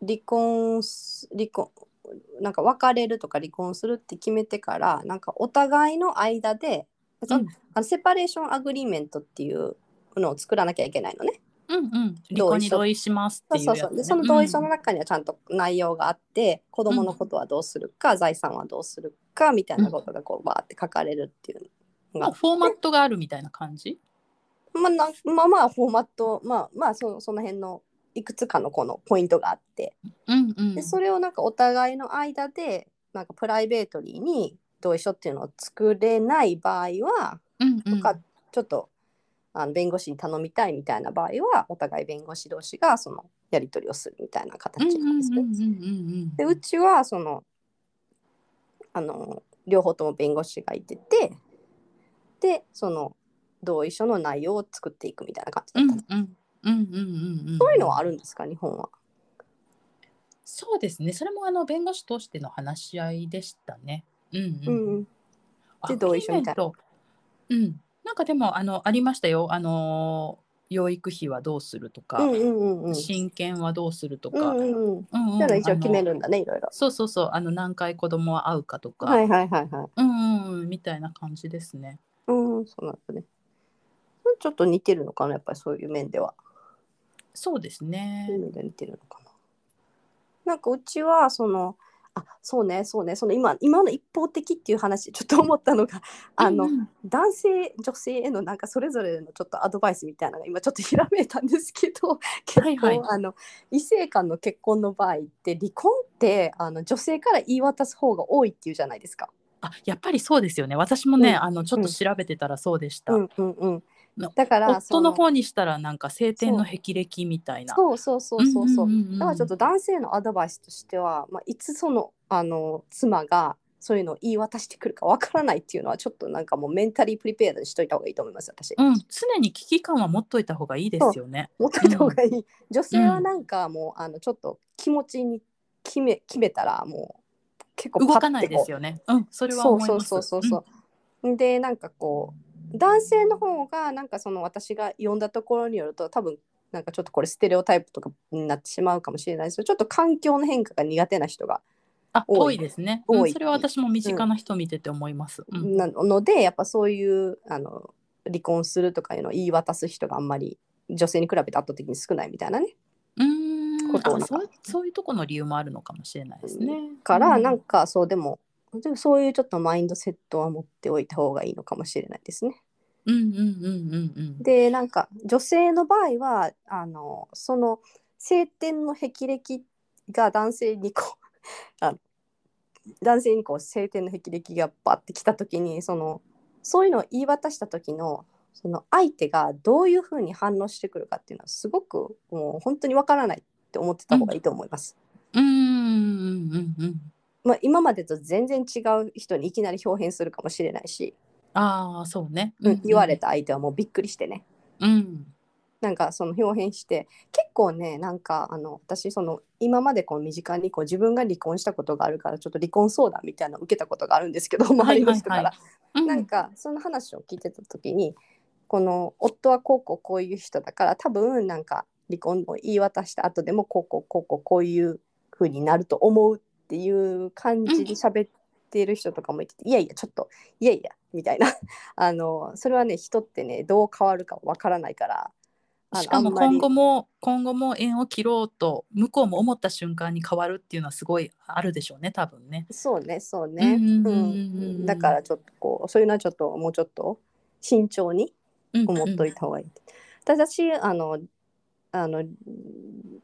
離婚す離婚なんか別れるとか離婚するって決めてからなんかお互いの間で、そのうんあのセパレーションアグリーメントっていうのを作らなきゃいけないのね。うんうん離婚に同意しますっていうそうやつ、そね、うそうでその同意書うのん中にはちゃんと内容があって、子供のことはどうするか、財産はどうするかみたいなことがこうバーって書かれるっていう、もうフォーマットがあるみたいな感じまあ、なんまあまあフォーマットまあまあそその辺のいくつかのこのポイントがあってうんうんでそれをなんかお互いの間でなんかプライベートリーに同意書っていうのを作れない場合はうんうんとかちょっとあの弁護士に頼みたいみたいな場合はお互い弁護士同士がそのやり取りをするみたいなうんうん形うなんんですけうど。んうんでうちはそのあの両方とも弁護士がいててでその同意書の内容を作っていくみたいな感じだうっんた、うんうんうんうんうんそういうのはあるんですか日本は。そうですねそれもあの弁護士としての話し合いでしたねうんううん、ん、アでグ同リ意書ーメみンたいト。うん。なんかでもあのありましたよ。あの養育費はどうするとか、うんうんうんうん。親権はどうするとうか。んうんうん。うんうんだから一あ応の決めるんだねいろいろ。そうそうそう。あの何回子供は会うかとか。はいはいはいはい。うんうんうんみたいな感じですね。うんそうなんだね。ちょっと似てるのかなやっぱりそういう面では。そうですねそういう。面では似てるのかな。なんかうちはそのあそうねそうねその今今の一方的っていう話ちょっと思ったのがあの、うんうん男性女性へのなんかそれぞれのちょっとアドバイスみたいなのが今ちょっとひらめいたんですけど [LAUGHS] 結構、はいはいあの異性間の結婚の場合って離婚ってあの女性から言い渡す方が多いっていうじゃないですか。あやっぱりそうですよね。私もね、うんあのちょっと調べてたらそうでした。うんうんうんの、だから夫のそ方にしたらなんか晴天の霹靂みたいな。そうそうそうそうそう。んんんんだからちょっと男性のアドバイスとしては、まあ、いつそのあの妻がそういうのを言い渡してくるかわからないっていうのはちょっとなんかもうメンタリープリペアドにしといた方がいいと思います私。うん、常に危機感は持っといた方がいいですよね。持っといた方がいい、女性はなんかもう、あのちょっと気持ちに決め決めたらもう結構動パかッないてでこすよね。うん、そうれはそ思ういます。そうそうそうそうでなんかこう男性の方がなんかその私が呼んだところによると多分なんかちょっとこれステレオタイプとかになってしまうかもしれないですけどちょっと環境の変化が苦手な人が、あ、多多いいですね。多ういん、それは私も身近な人見てて思います。うん、なのでやっぱそういうあの離婚するとかいうのを言い渡す人があんまり女性に比べて圧倒的に少ないみたいなねうーんことをあなんかそう、そういうとこの理由もあるのかもしれないですね。から、うんなんかそうでもでもそういうちょっとマインドセットは持っておいた方がいいのかもしれないですね。うんうんうんうんうん。でなんか女性の場合はあのその晴天の霹靂が男性にこう [LAUGHS] あの男性にこう晴天の霹靂がバッてきた時にそのそういうのを言い渡した時のその相手がどういうふうに反応してくるかっていうのはすごくもう本当にわからないって思ってた方がいいと思います。うんうんうんうんまあ、今までと全然違う人にいきなり表変するかもしれないし、ああそうね、うん言われた相手はもうびっくりしてねうんなんかその表変して結構ねなんかあの私その今までこう身近にこう自分が離婚したことがあるからちょっと離婚相談みたいなのを受けたことがあるんですけど周りの人から、はいうんなんかその話を聞いてた時にこの夫はこうこうこういう人だから多分なんか離婚を言い渡した後でもこうこうこうこうこういう風になると思うっていう感じで喋ってる人とかもいてて、いやいやちょっといやいやみたいなあのそれはね人ってねどう変わるかわからないからあのしかあもんまり今後も今後も縁を切ろうと向こうも思った瞬間に変わるっていうのはすごいあるでしょうね多分ね。そうねそうね、うんうんうんうんうんだからちょっとこうそういうのはちょっともうちょっと慎重に思っといて。た方がいい。私あのあの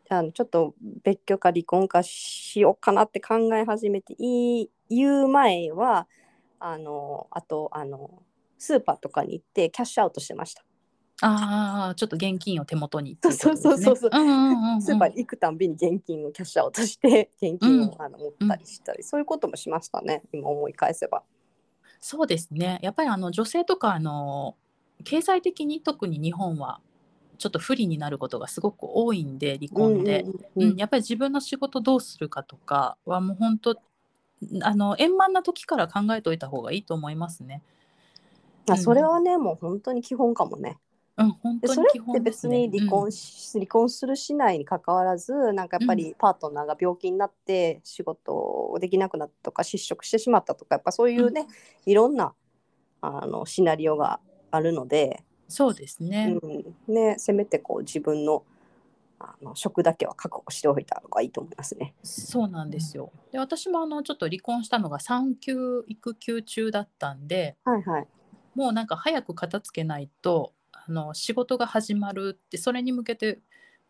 あのちょっと別居か離婚かしようかなって考え始めていい言う前はあのあとあのスーパーとかに行ってキャッシュアウトしてました、ああちょっと現金を手元にっていことそうそうそうそうですねんうんうんうんスーパーに行くたんびに現金をキャッシュアウトして [LAUGHS] 現金を、うあの持ったりしたり、そういうこともしましたね今思い返せば。そうですねやっぱりあの女性とかあの経済的に特に日本はちょっと不利になることがすごく多いんで離婚で、うんうんううんうんん、やっぱり自分の仕事どうするかとかはもう本当あの円満な時から考えといた方がいいと思いますね。あそれはねもう本当に基本かもね。うん、本で当そにれ基って本です別ねに離婚し、離婚するしないに関わらずなんかやっぱりパートナーが病気になって仕事をできなくなったとか失職してしまったとかやっぱそういうね、いろんなあのシナリオがあるので、うんそうですうね。んね、せめてこう自分のあの職だけは確保しておいた方がいいと思いますね。そうなんですよ。で、私もあのちょっと離婚したのが産休育休中だったんで、はいはい、もうなんか早く片付けないとあの仕事が始まるってそれに向けて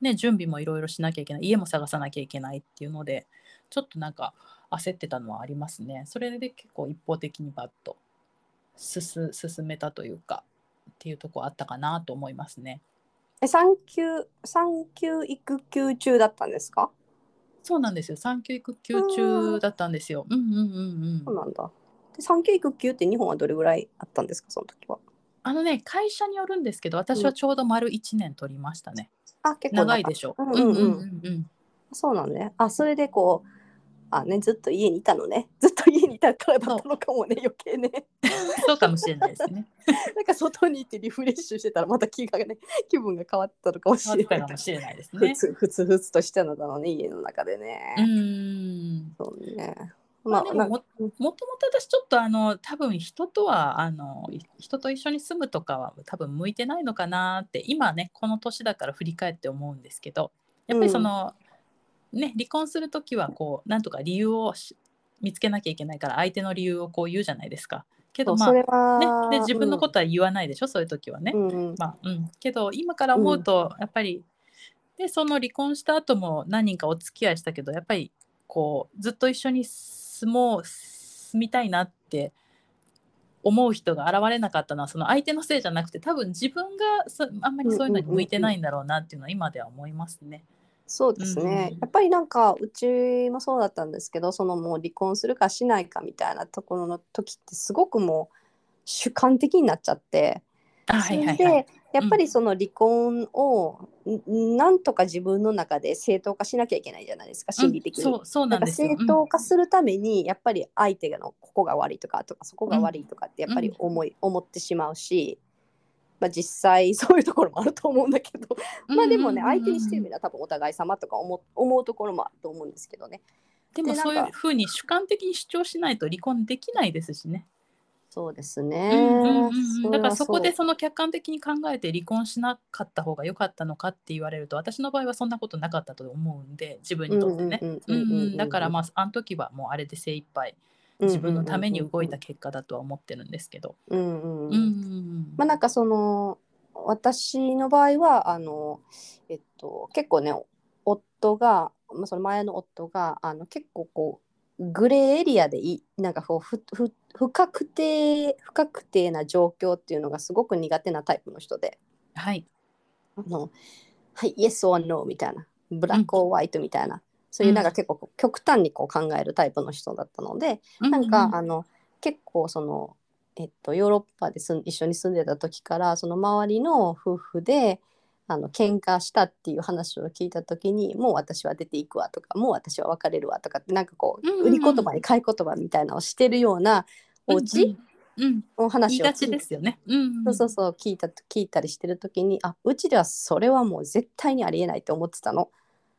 ね準備もいろいろしなきゃいけない家も探さなきゃいけないっていうのでちょっとなんか焦ってたのはありますねそれで結構一方的にバッと進進めたというかっていうとこあったかなと思いますねえ産休産休育休中だったんですかそうなんですよ産休育休中だったんですようんうんうんそううんなんだで産休育休って日本はどれぐらいあったんですかその時は。あのね会社によるんですけど私はちょうど丸1年取りましたねあ結構長いでしょうんうううんんうんんうんうんそうなんね。あ、それでこう、あね、ずっと家にいたのね。 [LAUGHS] ずっと家にいたからだったのかもね、余計ね。 [LAUGHS] そうかもしれないですねなんか外に行ってリフレッシュしてたら、また気がね、気分が変わったのかもし変われってない。たかもしれないですふね。つふつふつとしてたのだろうね、家の中でねう。ーん。そうね。ままあ、あ、でなもんかも、もともと私ちょっとあの多分人とはあのい人と一緒に住むとかは多分向いてないのかなって今ねこの年だから振り返って思うんですけどやっぱりその、ね離婚する時はこうなんとか理由をし見つけなきゃいけないから相手の理由をこう言うじゃないですか。けどまそれあ、ねは、、で自分のこととは言わないでしょ、そういう時はね。うんうんまあうん、けど今から思うとやっぱり、でその離婚した後も何人かお付き合いしたけどやっぱりこうずっと一緒に住もう住みたいなって思う人が現れなかったのはその相手のせいじゃなくて多分自分がそあんまりそういうのに向いてないんだろうなっていうのは今では思いますね。そうですね、うんやっぱりなんかうちもそうだったんですけどそのもう離婚するかしないかみたいなところの時ってすごくもう主観的になっちゃって、あはそいはれいはいでやっぱりその離婚をんなんとか自分の中で正当化しなきゃいけないじゃないですか心理的に。うんそうそうなんなんかですよ正。当化するためにやっぱり相手のここが悪いとかとかそこが悪いとかってやっぱり思い、思ってしまうし、まあ、実際そういうところもあると思うんだけどうんまあでもね相手にしてうみんれば多分お互い様とか思う思うところもあると思うんですけどねでもでなんそかういうふうに主観的に主張しないと離婚できないですしね。そうですうんうんねうんうんだからそこでその客観的に考えて離婚しなかった方が良かったのかって言われると私の場合はそんなことなかったと思うんで自分にとってね。うんだからまああの時はもうあれで精一杯自分のために動いた結果だとは思ってるんですけど。うんうんうんうんまあなんかその私の場合はあの、えっと、結構ね夫が、まあ、その前の夫があの結構こうグレーエリアでいいなんかこうふふ不確定不確定な状況っていうのがすごく苦手なタイプの人ではい。あのはい、Yes or No みたいな、ブラック or white みたいな、そういうなんか結構こう極端にこう考えるタイプの人だったので、なんか、あの結構その、えっと、ヨーロッパで住ん一緒に住んでた時からその周りの夫婦であの喧嘩したっていう話を聞いた時にもう私は出ていくわとかもう私は別れるわとかってなんかこうう、んうんうん売り言葉に買い言葉みたいなのをしてるようなお家うん、うん、言のい話をがち聞いですよね。うん。そうそうそう聞いた聞いたりしてる時にあうちではそれはもう絶対にありえないと思ってたの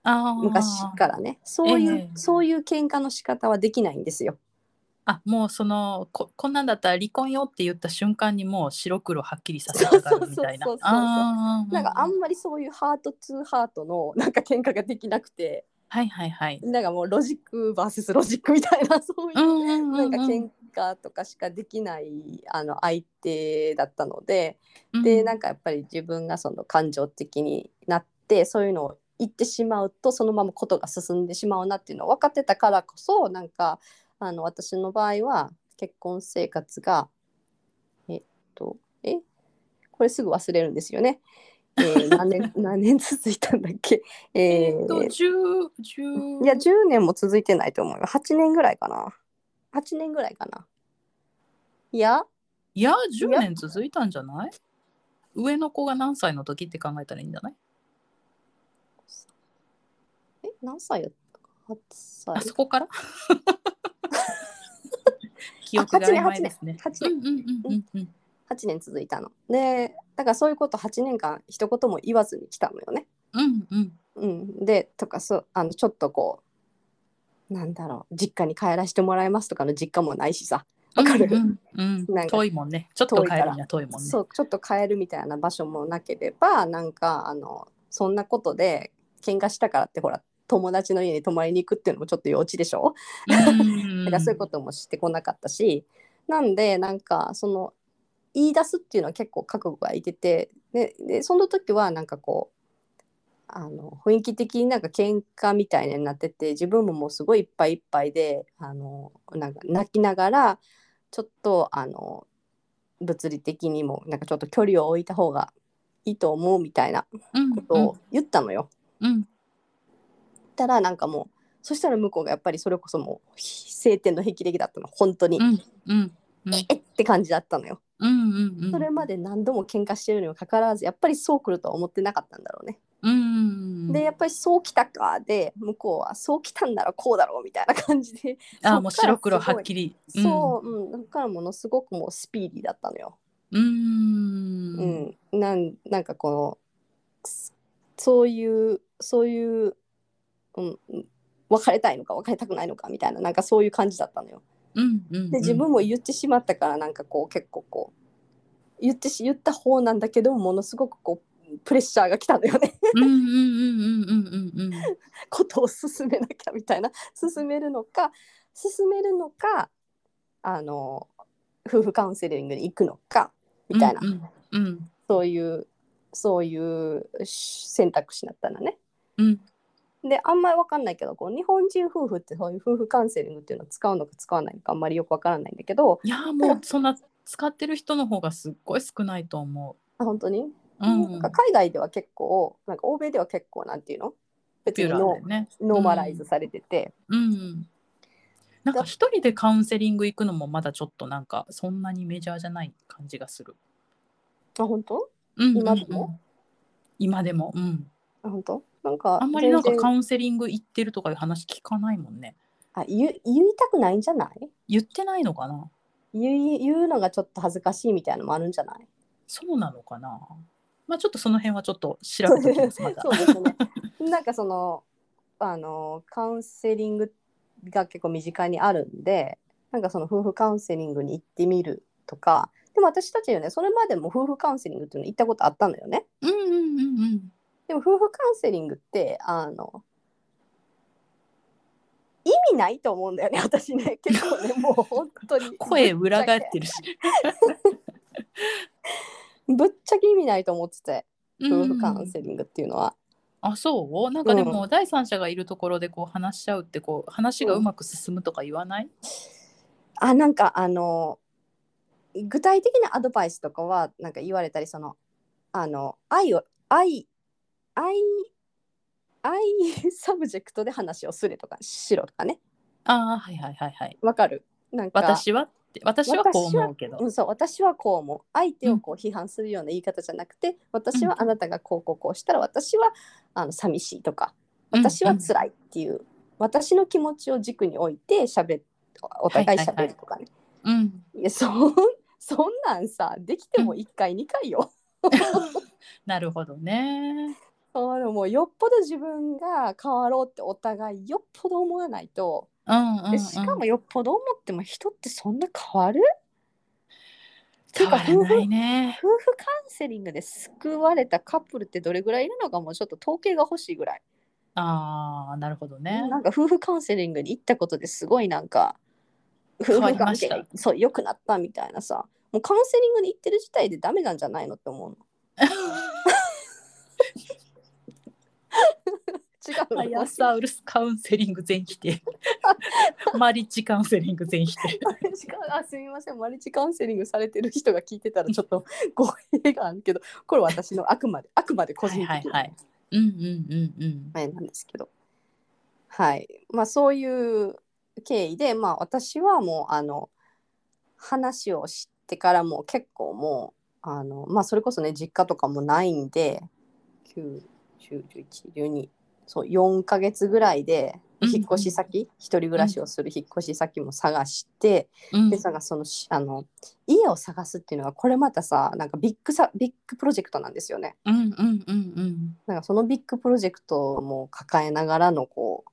あー昔からねそういえう、えそういう喧嘩の仕方はできないんですよ。あ、もうそのここんなんだったら離婚よって言った瞬間にもう白黒はっきりさせたがるみたいなそうそうそうそうそう。あーなんかあんまりそういうハートツーハートのなんか喧嘩ができなくてはいはいはい。なんかもうロジック VS ロジックみたいなそういううんうんうんなうんんか喧嘩とかしかできないあの相手だったのででなんかやっぱり自分がその感情的になってそういうのを言ってしまうとそのままことが進んでしまうなっていうのを分かってたからこそなんかあの私の場合は結婚生活がえっとえこれすぐ忘れるんですよね。えー [LAUGHS] 何年何年続いたんだっけ、ええーっと十十いや10年も続いてないと思うよ8年ぐらいかな8年ぐらいかないやいや十年続いたんじゃない？上の子が何歳の時って考えたらいいんじゃない？え何歳やったか8歳あそこから [LAUGHS] 記憶が曖昧ですね。 8年うんうんうんうんうん。 8年続いたの。でだからそういうこと8年間一言も言わずに来たのよね。うんうん。うん、でとかそうあのちょっとこうなんだろう実家に帰らせてもらいますとかの実家もないしさわかるうんうんうなんん。か遠いもんね。ちょっと帰るには遠いもんね。そうちょっと帰るみたいな場所もなければなんかあのそんなことで喧嘩したからってほら友達の家に泊まりに行くっていうのもちょっと幼稚でしょ、 [LAUGHS] だからそういうこともしてこなかったしなんでなんかその言い出すっていうのは結構覚悟がいててででその時はなんかこうあの雰囲気的になんか喧嘩みたいになってて自分ももうすごいいっぱいいっぱいであのなんか泣きながらちょっとあの物理的にもなんかちょっと距離を置いた方がいいと思うみたいなうんことを言ったのよ。うん言ったらなんかもうそしたら向こうがやっぱりそれこそもう晴天の霹靂だったの本当に、うんうんえっって感じだったのよ、うんうんうん。それまで何度も喧嘩してるにもかかわらずやっぱりそう来るとは思ってなかったんだろうね、うん。でやっぱりそう来たかで向こうはそう来たんならこうだろうみたいな感じで、あもうそっから白黒はっきり。そう、うん、だからものすごくもうスピーディーだったのよ、うん。うん。うんなんなんかこのそそういうそういう、うん、うん別れたいのか別れたくないのかみたいななんかそういう感じだったのようんうん。で自分も言ってしまったからなんかこう結構こう言ってし言った方なんだけどものすごくこうプレッシャーが来たんだよね [LAUGHS] うんうんうんうんうんうんうん。ことを進めなきゃみたいな進めるのか進めるのかあの夫婦カウンセリングに行くのかみたいな、うんうんそういうそういう選択肢だったのね。うんであんまり分かんないけどこう日本人夫婦ってそういう夫婦カウンセリングっていうのを使うのか使わないのかあんまりよく分からないんだけどいやーもうそんな使ってる人の方がすっごい少ないと思あ本当にう。うん。なんか海外では結構なんか欧米では結構なんていうの別ピュにーラーノでね。ノーマライズされてて、うん。なんか一人でカウンセリング行くのもまだちょっとなんかそんなにメジャーじゃない感じがする。あ本当うんうんうん今でも今でも。うん。あ本当なんかあんまりなんか全然カウンセリング行ってるとかいう話聞かないもんね。あ言う言いたくないんじゃない言ってないのかな言い言うのがちょっと恥ずかしいみたいなのもあるんじゃないそうなのかなまあちょっとその辺はちょっと調べておきます、まだそ。うですね [LAUGHS] なんかそのあのカウンセリングが結構身近にあるんでなんかその夫婦カウンセリングに行ってみるとかでも私たちよねそれまでも夫婦カウンセリングっていうの行ったことあったのよねうんうんうんうん。でも夫婦カウンセリングってあの意味ないと思うんだよね [LAUGHS] 私ね結 [LAUGHS] 構ねもう本当に声裏返って [LAUGHS] るし。ぶっちゃけぶっちゃけ意味ないと思っててうん夫婦カウンセリングっていうのは、あそうなんかでも第三者がいるところでこう話し合うってこう話がうまく進むとか言わない、あなんかあの具体的なアドバイスとかはなんか言われたりそのあの愛を愛愛愛 [LAUGHS] サブジェクトで話をするとかしろとかねああはいはいはいはいわかるなんか私はって私はこう思うけどうん、そう私はこう思う相手をこう批判するような言い方じゃなくて、私はあなたがこうこうこうしたら私はあの寂しいとか私は辛いっていう、私の気持ちを軸に置いてしゃべお互いしゃべるとかね、うん、うんいやそん [LAUGHS] そんなんさできても1回、2回よ。なるほどねあのもうよっぽど自分が変わろうってお互いよっぽど思わないと、うんうん、うでん、しかもよっぽど思っても人ってそんな変わる変わら夫な婦いね夫婦カウンセリングで救われたカップルってどれぐらいいるのかもうちょっと統計が欲しいぐらい、ああなるほどねなんか夫婦カウンセリングに行ったことですごいなんか変夫わ婦りま関し係たがそう良くなったみたいなさもうカウンセリングに行ってる時点でダメなんじゃないのっ [LAUGHS] て思うの [LAUGHS] ファ違うイのアース [LAUGHS] タウルスカウンセリング全否定マリッジカウンセリング全否定しかあすみませんマルチカウンセリングされてる人が聞いてたらちょっと語弊があるけどこれ私のあくまであくまで個人的なはいはいはいうんうんうんうん前なんですけどはいまあそういう経緯でまあ私はもうあの話を知ってからもう結構もうあのまあそれこそね実家とかもないんで9 10 11 12そう4ヶ月ぐらいでうん引っ越し先、一人暮らしをする引っ越し先も探して、うんでさがそのしあの家を探すっていうのがこれまたさなんかビッグさビッグプロジェクトなんですよね。うんうんうんうんなんかそのビッグプロジェクトも抱えながらのこう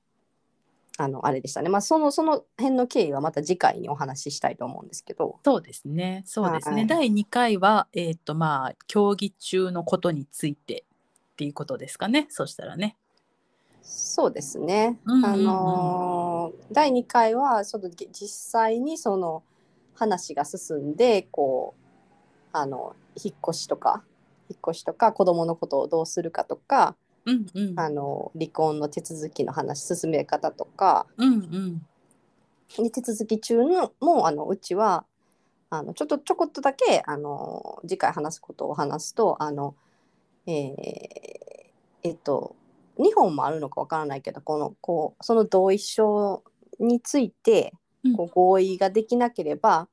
あのあれでしたね。まあそのその辺の経緯はまた次回にお話ししたいと思うんですけど。そうですね。そうですね。はい第2回は、えっ、と、まあ、競技中のことについてっていうことですかね。そしたらね。そうですね。うんうんうんあのー第2回はそのげ実際にその話が進んでこうあの引っ越しとか引っ越しとか子供のことをどうするかとか。うんうん。あの離婚の手続きの話進め方とかうんうん。で手続き中のもうあのうちはあのちょっとちょこっとだけあの次回話すことを話すとあのえーえっと2本もあるのかわからないけどこのこうその同意書についてうんこう合意ができなければ、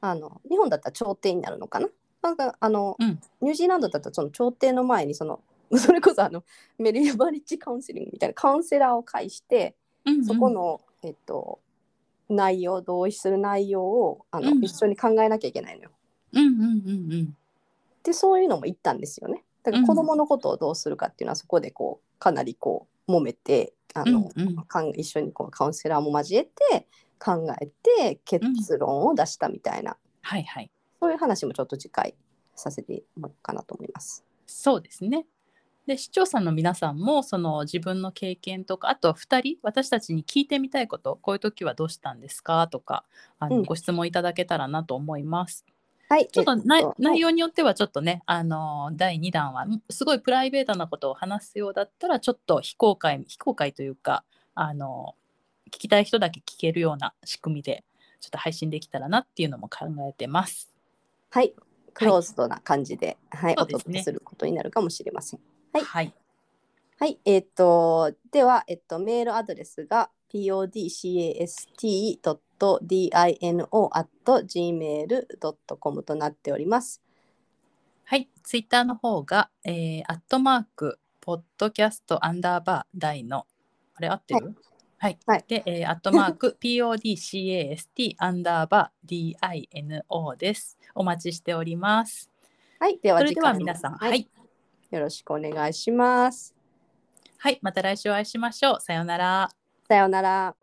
あの日本だったら調停になるのかななんかあの、うんニュージーランドだったらその調停の前にそのそれこそあのメリーバリッジカウンセリングみたいなカウンセラーを介して、うんうんそこ。の、えっと、内容同意する内容をあの、うん一緒に考えなきゃいけないのよ。うんうんうんうん。でそういうのも言ったんですよね。だかうんら子どものことをどうするかっていうのはそこでこうかなりこう揉めてあの、うんうんかん一緒にこうカウンセラーも交えて考えて結論を出したみたいな、はいはい。そういう話もちょっと次回させてもらおうかなと思います。そうですね。で、視聴者の皆さんも、その自分の経験とか、あとは2人、私たちに聞いてみたいこと、こういう時はどうしたんですかとか、あのうんご質問いただけたらなと思います。はい、ちょっとえ内はい内容によってはちょっとね、あのー第2弾はんすごいプライベートなことを話すようだったらちょっと非公開非公開というか、あのー聞きたい人だけ聞けるような仕組みでちょっと配信できたらなっていうのも考えてます。はい、クローズドな感じで、はいそうおですね届けすることになるかもしれません。はいはい、はい、えっ、と、では、えっと、メールアドレスが podcast.dino.gmail.com となっております。はい、ツイッターの方が、えー、アットマークポッドキャストアンダーバー大のあれ合ってる、はいはいで、えー、アットマーク [LAUGHS] PODCAST アンダーバー DINO です。お待ちしております。はい、ではそれ次では回も、皆さん、は、はいい、よろしくお願いします。はい、また来週お会いしましょう。さようなら。さようなら。